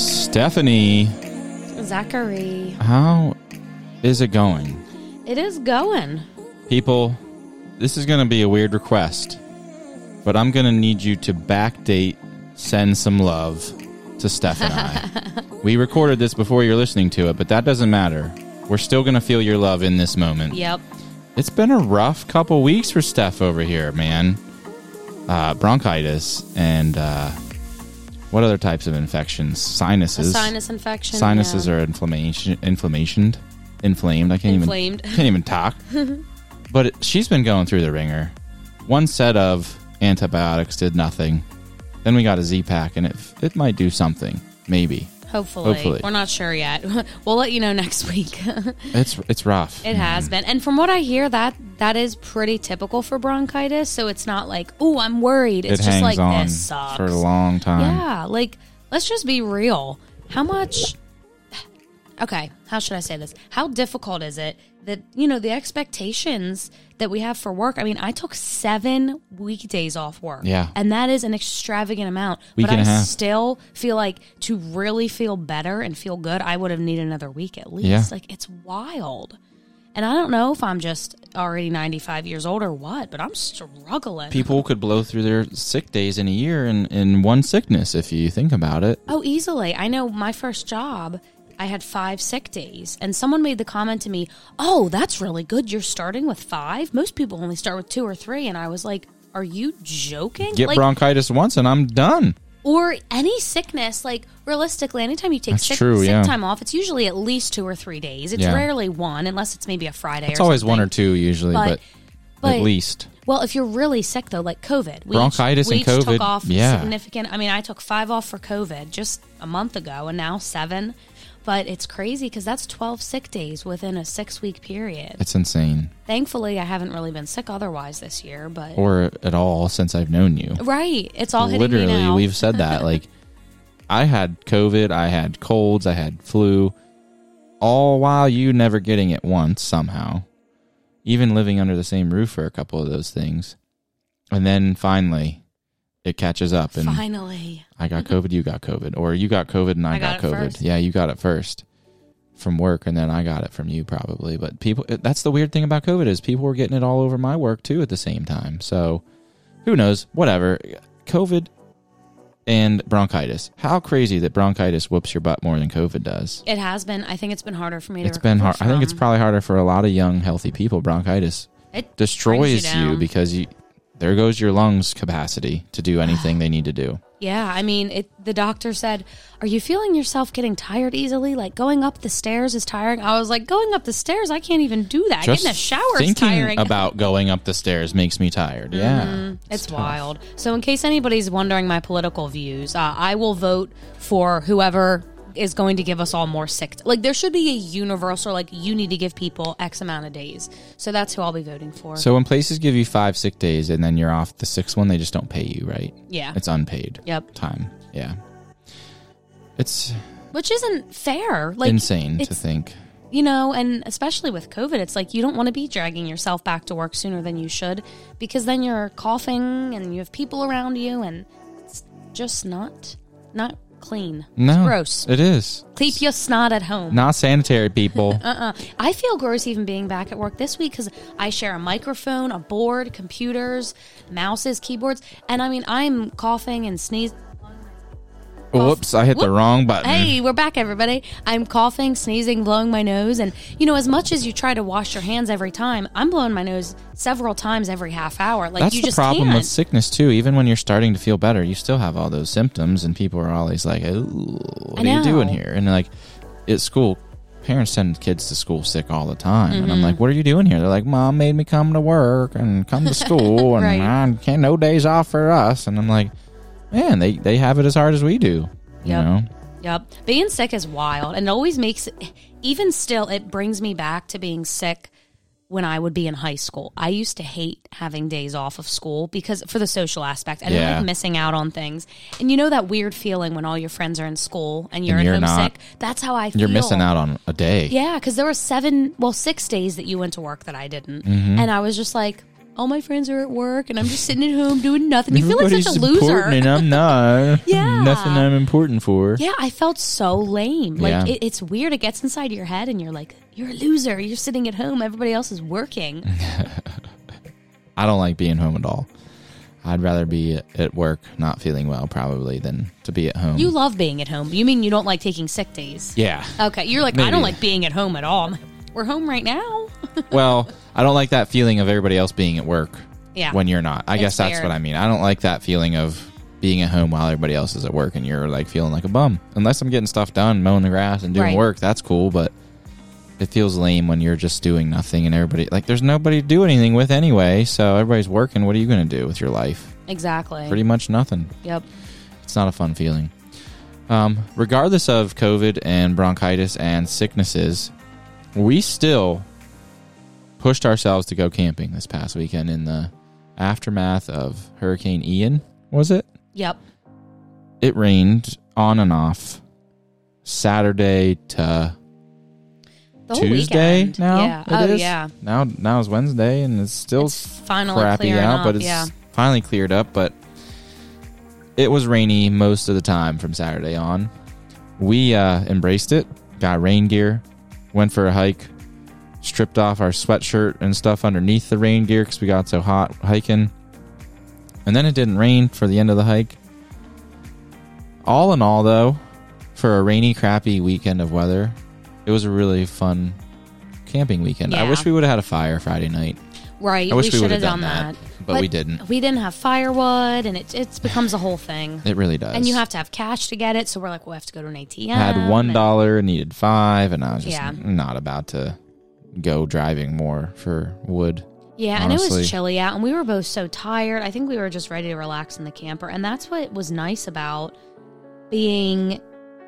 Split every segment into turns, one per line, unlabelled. Stephanie,
Zachary.
how is it going?
It is going.
People, this is going to be a weird request, but I'm going to need you to backdate, send some love to Steph and I. we recorded this before you're listening to it, but that doesn't matter. We're still going to feel your love in this moment.
Yep.
It's been a rough couple weeks for Steph over here, man. Uh, bronchitis and uh, what other types of infections?
A
Sinuses.
sinus infection.
Sinuses
yeah.
are inflammation, inflammationed, inflamed. I can't
Inflamed.
even can't even talk. but it, she's been going through the ringer. One set of antibiotics did nothing. Then we got a Z pack, and it it might do something. Maybe
Hopefully.
Hopefully.
We're not sure yet. we'll let you know next week.
it's it's rough.
it has been. And from what I hear, that that is pretty typical for bronchitis. So it's not like, oh, I'm worried. It's
it
just
hangs
like,
on
this sucks.
for a long time.
Yeah, like let's just be real. How much Okay, how should I say this? How difficult is it that you know the expectations that we have for work? I mean, I took 7 weekdays off work.
Yeah.
And that is an extravagant amount,
Week
but
and
I
a half.
still feel like to really feel better and feel good, I would have needed another week at least.
Yeah.
Like it's wild. And I don't know if I'm just already 95 years old or what, but I'm struggling.
People could blow through their sick days in a year in, in one sickness if you think about it.
Oh, easily. I know my first job, I had five sick days, and someone made the comment to me, Oh, that's really good. You're starting with five? Most people only start with two or three. And I was like, Are you joking?
Get
like,
bronchitis once and I'm done.
or any sickness, like realistically, anytime you take
That's
sick,
true,
sick
yeah.
time off, it's usually at least two or three days. It's
Yeah.
rarely one, unless it's maybe a Friday
It's
or
always
something.
one or two usually,
But-
but
but-
at least.
Well, if you're really sick though, like COVID, we
Bronchitis
each, we
and
each
COVID,
took off
yeah.
significant. I mean, I took five off for COVID just a month ago, and now seven. But it's crazy because that's twelve sick days within a six week period.
It's insane.
Thankfully, I haven't really been sick otherwise this year. But
or at all since I've known you.
right, it's all hitting me
Literally,
now.
we've said that. Like, I had COVID, I had colds, I had flu, all while you never getting it once somehow. Even living under the same roof for a couple of those things. And then finally, it catches up, and
finally.
I got COVID, you got COVID, or you got COVID and I,
Mm-hmm. I got it
COVID.
first.
Yeah, you got it first from work, and then I got it from you probably. But people—that's the weird thing about COVID is people were getting it all over my work too at the same time. So who knows? Whatever. COVID and bronchitis. How crazy that bronchitis whoops your butt more than COVID does.
It has been. I think it's been harder for me to.
It's been hard.
recover
I think it's
from.
probably harder for a lot of young, healthy people. Bronchitis
It
destroys
brings you
you,
down.
because you. There goes your lungs' capacity to do anything they need to do.
Yeah, I mean, it, the doctor said, "Are you feeling yourself getting tired easily? Like going up the stairs is tiring." I was like, "Going up the stairs, I can't even do that. Getting a shower is
thinking
tiring." Mm-hmm.
about going up the stairs makes me tired. Yeah,
it's
tough.
wild. So, in case anybody's wondering my political views, uh, I will vote for whoever is going to give us all more sick. like, there should be a universal, like, you need to give people X amount of days. So that's who I'll be voting for.
So when places give you five sick days and then you're off the sixth one, they just don't pay you, right?
yeah,
It's unpaid.
Yep.
Time. Yeah. It's
which isn't fair. Like,
insane to
it's-
think.
you know, and especially with COVID, it's like you don't want to be dragging yourself back to work sooner than you should because then you're coughing and you have people around you and it's just not not clean.
No,
It's gross.
It is
Keep your snot at home.
not sanitary, people.
Uh, I feel gross even being back at work this week because I share a microphone, a board, computers, mouses, keyboards, and I mean I'm coughing and sneezing.
Whoops! I hit the
Whoop.
wrong button.
Hey, we're back, everybody. I'm coughing, sneezing, blowing my nose. And, you know, as much as you try to wash your hands every time, I'm blowing my nose several times every half hour. Like,
That's
you
the
just
problem
can't.
with sickness too. Even when you're starting to feel better, you still have all those symptoms, and people are always like, "Oh, what
I
are you doing
know.
here?" And like at school, parents send kids to school sick all the time, and
Mm-hmm.
I'm like, "What are you doing here?" They're like, "Mom made me come to work and come to school, and
Right.
I can't no days off for us." And I'm like, "Man, they they have it as hard as we do." You
Yep.
know,
Yep. Being sick is wild and it always makes, even still, it brings me back to being sick when I would be in high school. I used to hate having days off of school because for the social aspect, I didn't
Yeah.
like missing out on things. And you know that weird feeling when all your friends are in school and you're,
And you're
at home
not.
sick? That's how I feel.
you're missing out on a day. Mm-hmm.
Yeah, because there were seven, well, six days that you went to work that I didn't. And I was just like, all my friends are at work and I'm just sitting at home doing nothing. You feel like such a loser.
important and I'm not.
Yeah.
Nothing I'm important for.
Yeah, I felt so lame. Like
Yeah.
it, it's weird. It gets inside your head, and you're like, you're a loser. You're sitting at home. Everybody else is working.
Mm-hmm. I don't like being home at all. I'd rather be at- at work not feeling well probably than to be at home.
you love being at home. You mean you don't like taking sick days?
yeah.
Okay, you're like, I
Maybe.
don't like being at home at all. I'm like, We're home right now.
well, I don't like that feeling of everybody else being at work
Yeah.
when you're not. I guess that's
fair.
what I mean. I don't like that feeling of being at home while everybody else is at work and you're like feeling like a bum. Unless I'm getting stuff done, mowing the grass and doing
Right.
work, that's cool, but it feels lame when you're just doing nothing and everybody like there's nobody to do anything with anyway, so everybody's working. What are you going to do with your life?
exactly.
Pretty much nothing.
yep.
It's not a fun feeling. Um, regardless of COVID and bronchitis and sicknesses, we still pushed ourselves to go camping this past weekend in the aftermath of Hurricane Ian, was it?
Yep.
It rained on and off Saturday to
The whole
Tuesday
weekend.
now.
Yeah.
it
oh
is?
yeah.
Now now is Wednesday and it's still
It's finally
crappy
clearing
out,
up.
but it's
yeah.
finally cleared up. But it was rainy most of the time from Saturday on. We uh, embraced it, got rain gear, went for a hike, stripped off our sweatshirt and stuff underneath the rain gear because we got so hot hiking. And then it didn't rain for the end of the hike. All in all, though, for a rainy, crappy weekend of weather, it was a really fun camping weekend. I
Yeah.
wish we would have had a fire Friday night.
Right.
I wish we,
should
would
have
have
done
done,
that.
but, we didn't.
We didn't have firewood, and it it becomes a whole thing.
It really does.
And you have to have cash to get it, so we're like, we'll have to go to an ATM.
had one
and-
dollar and needed five, and I was just
Yeah.
not about to go driving more for wood.
Yeah, and it
honestly.
was chilly out, and we were both so tired. I think we were just ready to relax in the camper, and that's what was nice about being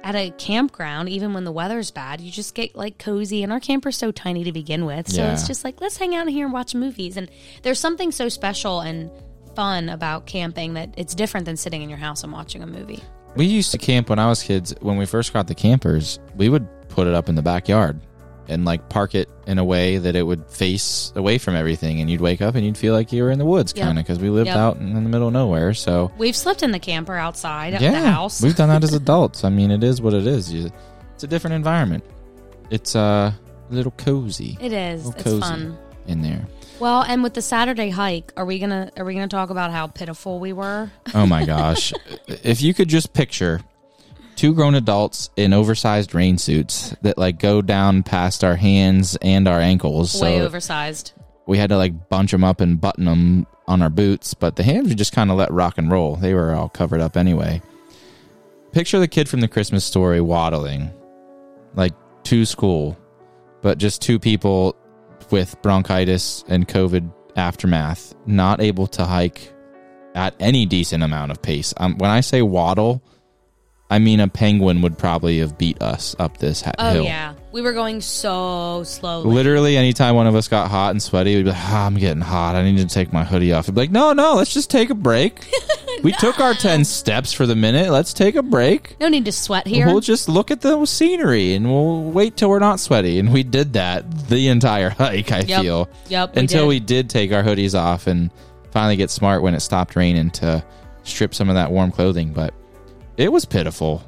at a campground. Even when the weather's bad, you just get like cozy, and our camper's so tiny to begin with, so
Yeah.
it's just like let's hang out here and watch movies. And there's something so special and fun about camping that it's different than sitting in your house and watching a movie.
We used to camp when I was kids. When we first got the campers, we would put it up in the backyard and like park it in a way that it would face away from everything, and you'd wake up and you'd feel like you were in the woods,
Yep.
kind of, because we lived
Yep.
out in the middle of nowhere. So
We've slept in the camper outside of
yeah,
the house.
we've done that as adults. I mean, it is what it is. You, it's a different environment. It's uh, a little cozy
it is.
Little
It's
cozy.
fun.
in there.
Well, and with the Saturday hike, are we gonna are we gonna talk about how pitiful we were?
Oh my gosh. if you could just picture two grown adults in oversized rain suits that like go down past our hands and our ankles.
way
so
oversized.
we had to like bunch them up and button them on our boots, but the hands were just kind of let rock and roll. They were all covered up anyway. Picture the kid from the Christmas story waddling like to school, but just two people with bronchitis and COVID aftermath, not able to hike at any decent amount of pace. Um, when I say waddle, I mean a penguin would probably have beat us up this ha-
Oh
hill.
yeah, we were going so slowly.
Literally, anytime one of us got hot and sweaty, we'd be like, ah, I'm getting hot. I need to take my hoodie off. We'd be like, no, no, let's just take a break. We took our 10 steps for the minute. Let's take a break.
No need to sweat here.
We'll just look at the scenery and we'll wait till we're not sweaty. And we did that the entire hike, I
Yep.
feel.
Yep, we
Until
did.
we did take our hoodies off and finally get smart when it stopped raining to strip some of that warm clothing. But it was pitiful.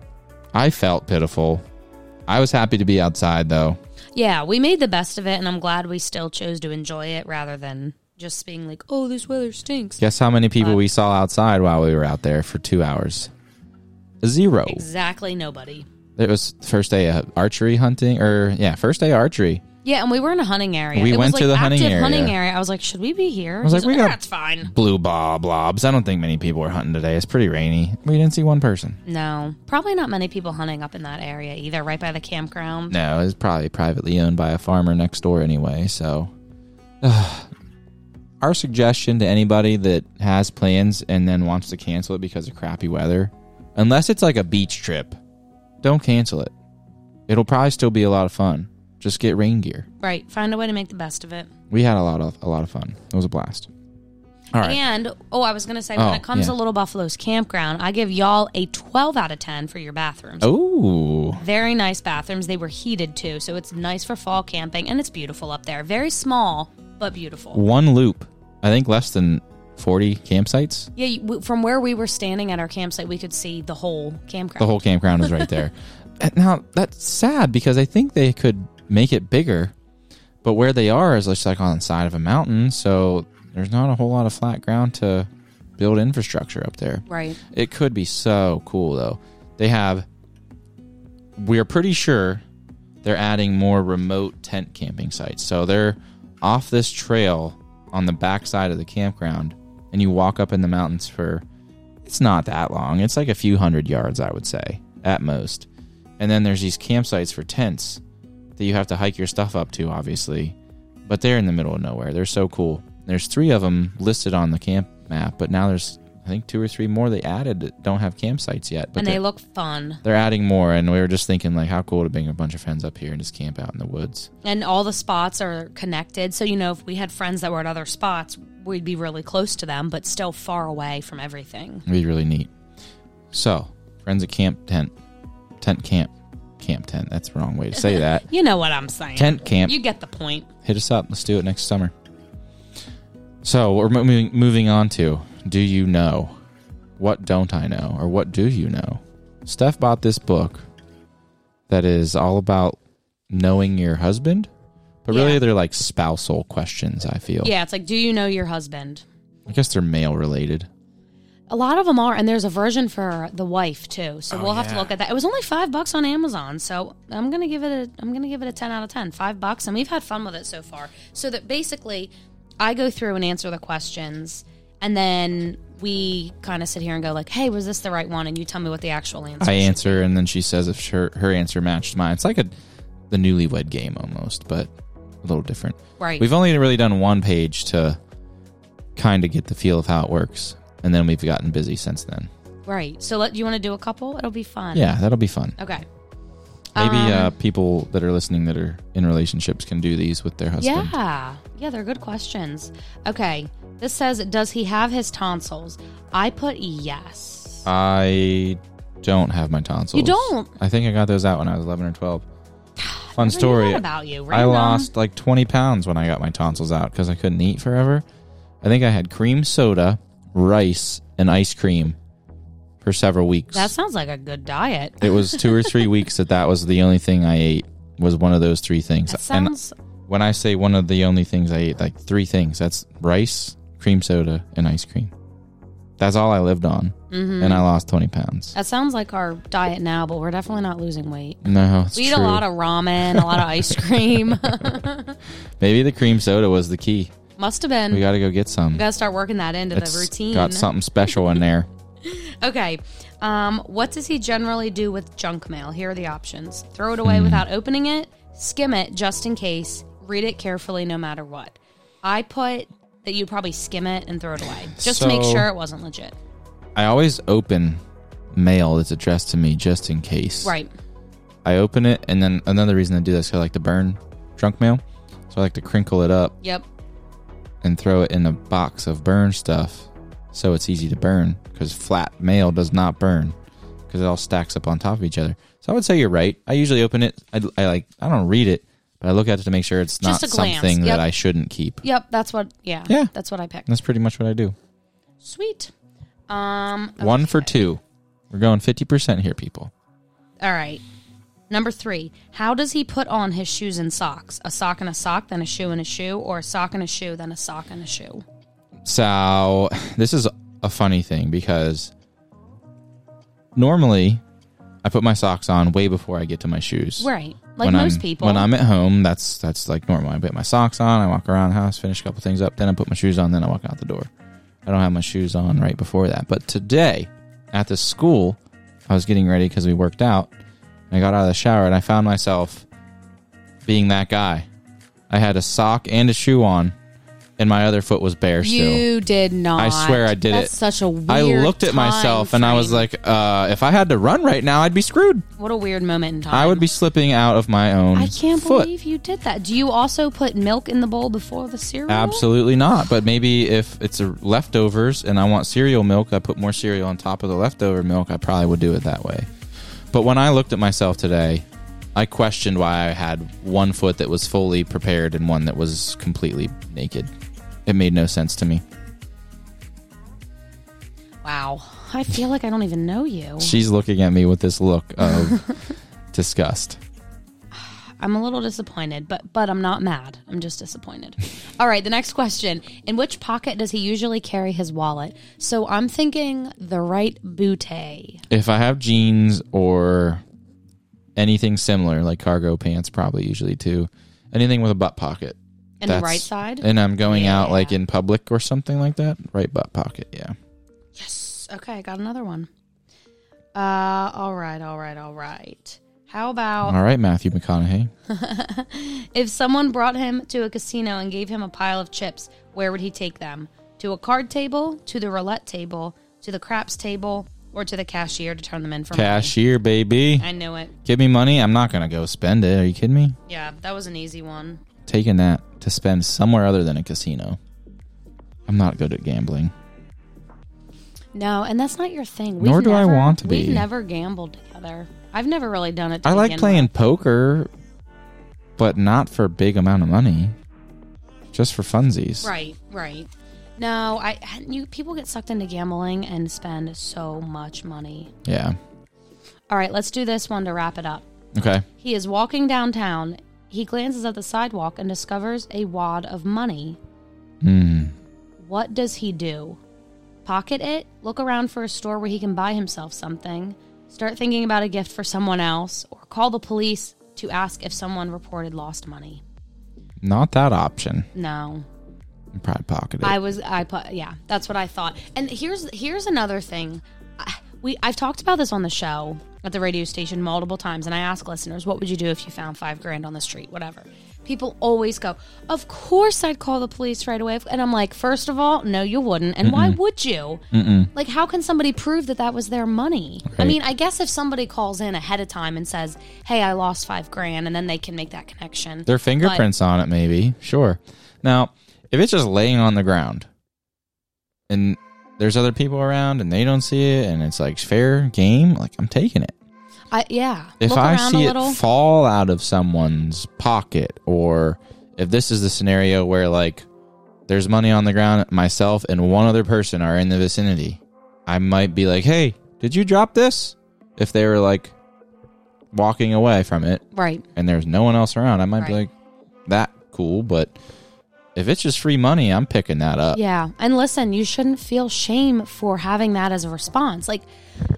I felt pitiful. I was happy to be outside, though.
yeah, we made the best of it, and I'm glad we still chose to enjoy it rather than just being like, "Oh, this weather stinks."
Guess how many people
But-
we saw outside while we were out there for two hours? Zero.
Exactly, nobody.
It was first day of archery hunting, or yeah, first day of archery.
Yeah, and we were in a hunting area.
We
it
went
was,
to
like,
the hunting
active
area.
hunting area. I was like, "Should we be here?" I
was like, "We got-
that's fine."
Blue bob blobs. I don't think many people were hunting today. It's pretty rainy. We didn't see one person.
No, probably not many people hunting up in that area either, right by the campground.
No, it was probably privately owned by a farmer next door anyway. So, our suggestion to anybody that has plans and then wants to cancel it because of crappy weather, unless it's like a beach trip, don't cancel it. It'll probably still be a lot of fun. Just get rain gear.
Right, find a way to make the best of it.
We had a lot of a lot of fun. It was a blast. All right.
And oh, I was gonna say
Oh,
when it comes
yeah.
to Little Buffalo's campground, I give y'all a 12 out of 10 for your bathrooms.
oh,
Very nice bathrooms. They were heated too, so it's nice for fall camping and it's beautiful up there. Very small, but beautiful.
one loop I think less than 40 campsites.
Yeah, you- w- from where we were standing at our campsite, we could see the whole campground.
The whole campground is right there. And Uh, now that's sad because I think they could make it bigger, but where they are is just like on the side of a mountain, so there's not a whole lot of flat ground to build infrastructure up there.
right.
It could be so cool though. They have we're pretty sure they're adding more remote tent camping sites. So they're off this trail on the backside of the campground and you walk up in the mountains for it's not that long. It's like a few hundred yards, I would say, at most. And then there's these campsites for tents that you have to hike your stuff up to, obviously. But they're in the middle of nowhere. They're so cool. There's three of them listed on the camp map, but now there's I think two or three more they added that don't have campsites yet. But
and they
they're-
look fun.
they're adding more and we were just thinking like how cool to bring a bunch of friends up here and just camp out in the woods
And all the spots are connected. So, you know, if we had friends that were at other spots, we'd be really close to them, but still far away from everything.
it'd be really neat so friends at camp tent tent camp camp tent that's the wrong way to say that
You know what I'm saying.
tent camp
You get the point.
hit us up let's do it next summer so we're moving moving on to do you know what don't i know or what do you know steph bought this book that is all about knowing your husband but really
Yeah.
they're like spousal questions i feel
Yeah, it's like, do you know your husband?
I guess they're male related.
A lot of them are, and there's a version for the wife too.
Oh,
So we'll have to look at that. It was only five bucks on Amazon, so I'm gonna give it a I'm gonna give it a ten out of ten. Five bucks, and we've had fun with it so far. So that basically, I go through and answer the questions, and then we kind of sit here and go like, "Hey, was this the right one?" And you tell me what the actual answer.
I answer, and then she says if her, her answer matched mine. It's like a the newlywed game almost, but a little different.
right.
We've only really done one page to kind of get the feel of how it works, and then we've gotten busy since then.
right. So let you want to do a couple? It'll be fun.
Yeah, that'll be fun.
Okay.
Maybe
Um,
uh, people that are listening that are in relationships can do these with their husband.
Yeah. Yeah, they're good questions. Okay. This says, does he have his tonsils? I put yes.
I don't have my tonsils.
You don't?
I think I got those out when I was eleven or twelve. Fun
Really
story.
mad about you.
I
Random.
lost like 20 pounds when I got my tonsils out because I couldn't eat forever. I think I had cream soda, rice, and ice cream for several weeks.
That sounds like a good diet.
it was two or three weeks that that was the only thing I ate was one of those three things.
That sounds
and when I say one of the only things I ate, like three things, that's rice, cream soda, and ice cream. That's all I lived on,
Mm-hmm.
and I lost 20 pounds.
that sounds like our diet now, but we're definitely not losing weight.
No, it's
We eat
true.
a lot of ramen, a lot of ice cream.
Maybe the cream soda was the key.
Must have been.
We
We
got to go get some.
Mm. gotta start working that into
It's
the routine.
got something special in there.
Okay. Um, what does he generally do with junk mail? Here are the options throw it
Hmm.
away without opening it, skim it just in case, read it carefully no matter what. I put that you'd probably skim it and throw it away just to make
So-
sure it wasn't legit.
I always open mail that's addressed to me just in case.
Right.
I open it, and then another reason I do this 'cause I like to burn junk mail. So I like to crinkle it up
Yep.
and throw it in a box of burn stuff so it's easy to burn because flat mail does not burn because it all stacks up on top of each other. So I would say you're right. I usually open it. I, I like. I don't read it, but I look at it to make sure it's not
Just a glance,
something
yep.
that I shouldn't keep.
Yep. That's what, yeah.
Yeah.
That's what I picked.
That's pretty much what I do.
Sweet. Um,
One for two. We're going fifty percent here, people.
All right. Number three, how does he put on his shoes and socks? A sock and a sock, then a shoe and a shoe, or a sock and a shoe, then a sock and a shoe?
So this is a funny thing because normally I put my socks on way before I get to my shoes.
Right. Like
When
most
I'm-
people.
When I'm at home, that's that's like normal. I put my socks on, I walk around the house, finish a couple things up, then I put my shoes on, then I walk out the door. I don't have my shoes on right before that. But today at the school, I was getting ready because we worked out. And I got out of the shower and I found myself being that guy. I had a sock and a shoe on, and my other foot was bare still.
You did not.
I swear I did
That's
it.
Such a weird.
I looked at myself
time
and I was
frame.
like, uh, if I had to run right now, I'd be screwed.
"What a weird moment in time."
I would be slipping out of my own
I can't
foot.
believe you did that. Do you also put milk in the bowl before the cereal?
Absolutely not. But maybe if it's a leftovers and I want cereal milk, I put more cereal on top of the leftover milk. I probably would do it that way. But when I looked at myself today, I questioned why I had one foot that was fully prepared and one that was completely naked. It made no sense to me.
Wow. I feel like I don't even know you.
She's looking at me with this look of disgust.
I'm a little disappointed, but but I'm not mad. I'm just disappointed. All right, the next question. In which pocket does he usually carry his wallet? So I'm thinking the right bootay.
If I have jeans or anything similar, like cargo pants, probably usually too, anything with a butt pocket.
And the
That's-
right side?
And I'm going out like
Yeah.
in public or something like that. Right butt pocket, yeah.
Yes. Okay, I got another one. Uh all right, all right, all right. How about
All right, Matthew McConaughey.
if someone brought him to a casino and gave him a pile of chips, where would he take them? To a card table, to the roulette table, to the craps table, or to the cashier to turn them in for
Cashier, baby.
money? I knew it.
Give me money. I'm not going to go spend it. Are you kidding me?
Yeah, that was an easy one.
Taking that to spend somewhere other than a casino. I'm not good at gambling.
No, and that's not your thing.
Nor do I want to be.
We've never gambled together. I've never really done it. To
I like
begin
playing poker, but not for a big amount of money. Just for funsies.
with. Right, right. No, I you people get sucked into gambling and spend so much money.
Yeah.
All right, let's do this one to wrap it up.
Okay.
He is walking downtown. He glances at the sidewalk and discovers a wad of money.
Mm.
What does he do? Pocket it, look around for a store where he can buy himself something, start thinking about a gift for someone else, or call the police to ask if someone reported lost money.
Not that option.
No.
Probably pocket it.
I was I put yeah, that's what I thought. And here's here's another thing. I- We I've talked about this on the show at the radio station multiple times and I ask listeners, what would you do if you found 5 grand on the street, whatever. People always go, "Of course I'd call the police right away." And I'm like, "First of all, no you wouldn't. And why would you?" Like how can somebody prove that that was their money? I
Right.
mean, I guess if somebody calls in ahead of time and says, "Hey, I lost 5 grand," and then they can make that connection.
Their fingerprints on it, maybe. Sure. Now, if it's just laying on the ground and there's other people around and they don't see it and it's like fair game, like I'm taking it.
I, yeah.
If
Look
I
around
see
a
it
little.
fall out of someone's pocket or if this is the scenario where like there's money on the ground, myself and one other person are in the vicinity, I might be like, "Hey, did you drop this?" If they were like walking away from it,
right.
and there's no one else around, I might be
Right.
like, that cool. But if it's just free money, I'm picking that up.
Yeah. And listen, you shouldn't feel shame for having that as a response. Like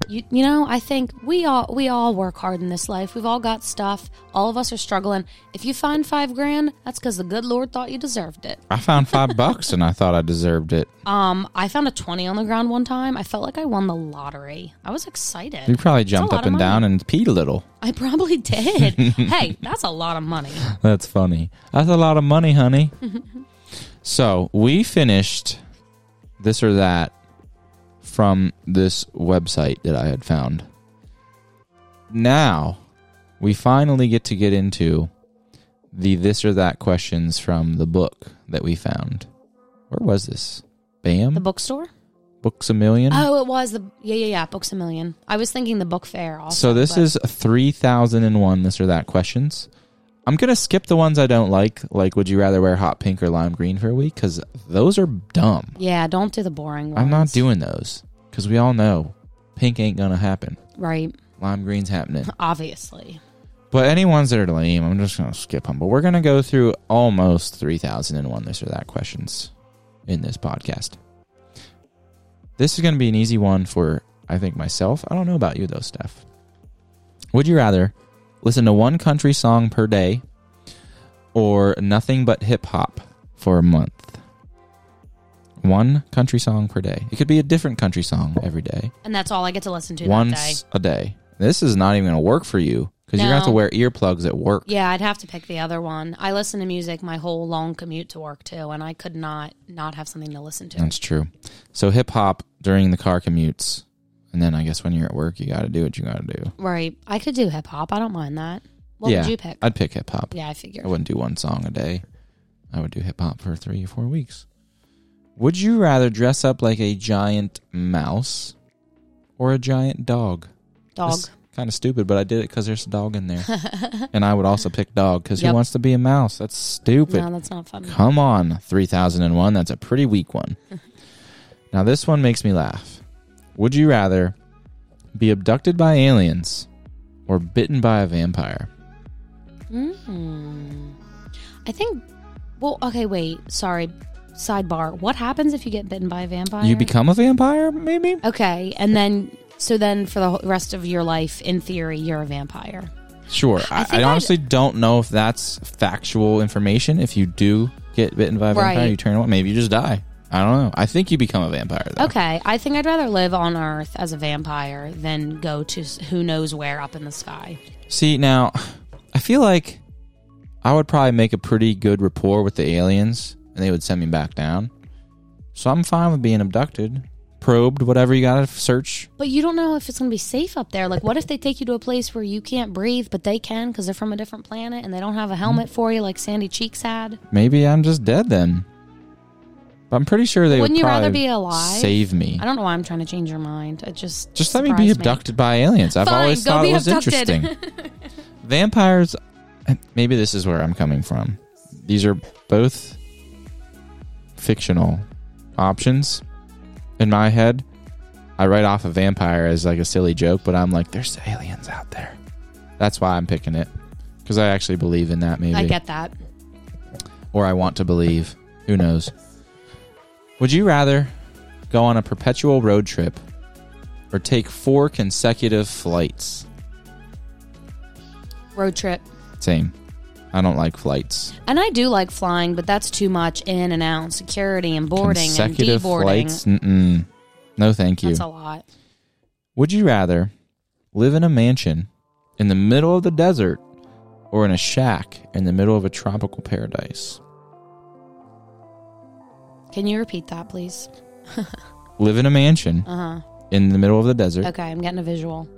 you you know, I think we all we all work hard in this life. We've all got stuff. All of us are struggling. If you find 5 grand, that's cuz the good Lord thought you deserved it.
I found five bucks and I thought I deserved it.
Um, I found a 20 on the ground one time. I felt like I won the lottery. I was excited.
You probably
It's a
jumped
lot
up
of
and
money.
down and peed a little.
I probably did. hey, that's a lot of money.
That's funny. That's a lot of money, honey. so we finished this or that from this website that I had found. Now we finally get to get into the this or that questions from the book that we found. Where was this? Bam?
The bookstore?
Books a Million?
Oh, it was the Yeah, yeah, yeah, Books a Million. I was thinking the book fair also.
So this
but-
is 3001 this or that questions. I'm going to skip the ones I don't like, like would you rather wear hot pink or lime green for a week cuz those are dumb.
Yeah, don't do the boring ones.
I'm not doing those cuz we all know pink ain't going to happen.
Right.
Lime green's happening.
Obviously.
But any ones that are lame, I'm just going to skip them. But we're going to go through almost 3001 this or that questions in this podcast. This is going to be an easy one for, I think, myself. I don't know about you, though, Steph. Would you rather listen to one country song per day or nothing but hip hop for a month? One country song per day. It could be a different country song every day
And that's all I get to listen to that day.
once a day. This is not even going to work for you because you're going to have to
No.
wear earplugs at work.
Yeah, I'd have to pick the other one. I listen to music my whole long commute to work too, and I could not not have something to listen to.
That's true. So hip hop during the car commutes, and then I guess when you're at work, you got to do what you got to do.
Right. I could do hip hop. I don't mind that. What
yeah,
would you pick?
I'd pick hip hop.
yeah, I figure.
I wouldn't do one song a day. I would do hip hop for three or four weeks. Would you rather dress up like a giant mouse or a giant dog?
Dog.
This kind of stupid, but I did it because there's a dog in there. and I would also pick dog because
Yep.
who wants to be a mouse? That's stupid.
No, that's not funny.
Come on, 3001. That's a pretty weak one. now, this one makes me laugh. Would you rather be abducted by aliens or bitten by a vampire?
Mm. I think. Well, okay, wait. Sorry. Sidebar. What happens if you get bitten by a vampire? Uh,
You become a vampire, maybe?
okay, and then so then for the whole rest of your life, in theory, you're a vampire.
Sure. I,
think
I,
I'd-
honestly don't know if that's factual information. If you do get bitten by a vampire,
Right.
you turn one. Maybe you just die. I don't know. I think you become a vampire, though.
Okay, I think I'd rather live on Earth as a vampire than go to s- who knows where up in the sky.
See, now, I feel like I would probably make a pretty good rapport with the aliens and they would send me back down. So I'm fine with being abducted, probed, whatever you got to search.
But you don't know if it's going to be safe up there. Like, what if they take you to a place where you can't breathe, but they can because they're from a different planet and they don't have a
Mm.
helmet for you, like Sandy Cheeks had?
Maybe I'm just dead then. But I'm pretty sure they
Wouldn't
would
you rather
probably
be alive?
save me.
I don't know why I'm trying to change your mind. It just
Just let me be
surprised
abducted by aliens. I've
Fine,
always
go
thought
be
it was
abducted.
interesting. Vampires, maybe this is where I'm coming from. These are both fictional options in my head. I write off a vampire as like a silly joke, but I'm like, there's aliens out there. That's why I'm picking it because I actually believe in that. Maybe
I get that.
or I want to believe. Who knows? Would you rather go on a perpetual road trip or take four consecutive flights?
Road trip.
Same. I don't like flights.
And I do like flying, but that's too much in and out, security and boarding and
consecutive flights?
deboarding.
Mm-mm. No, thank you.
That's a lot.
Would you rather live in a mansion in the middle of the desert or in a shack in the middle of a tropical paradise?
Can you repeat that, please?
Live in a mansion
Uh
in the middle of the desert.
huh. Okay, I'm getting a visual.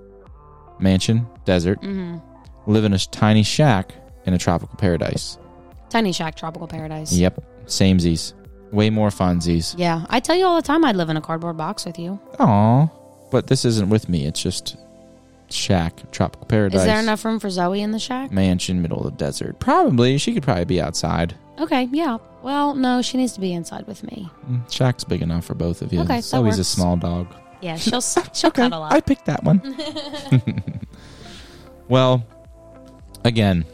Mansion, desert.
hmm
Live in a sh- tiny shack in a tropical paradise.
Tiny shack, tropical paradise.
Yep. Samesies. Way more funsies.
Yeah, I tell you all the time I'd live in a cardboard box with you.
Aw. But this isn't with me. It's just shack, tropical paradise.
Is there enough room for Zoe in the shack?
Mansion, middle of the desert. Probably. She could probably be outside.
Okay, yeah. Well, no, she needs to be inside with me.
Mm, Shack's big enough for both of you.
Okay,
so
that
he's a
works.
small dog.
Yeah, she'll s- she'll
Okay,
cuddle up.
I picked that one. well, again,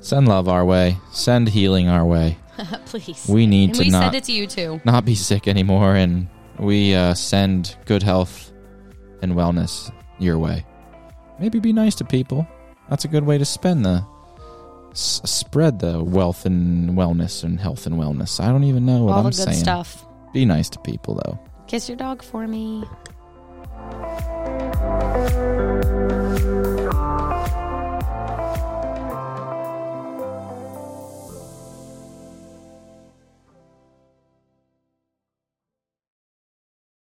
send love our way. Send healing our way.
Please.
We need
and
to
we
not
said it to you too.
not be sick anymore and we uh, send good health and wellness your way maybe be nice to people that's a good way to spend the s- spread the wealth and wellness and health and wellness i don't even know what
all
i'm
the good
saying
stuff.
be nice to people though
Kiss your dog for me.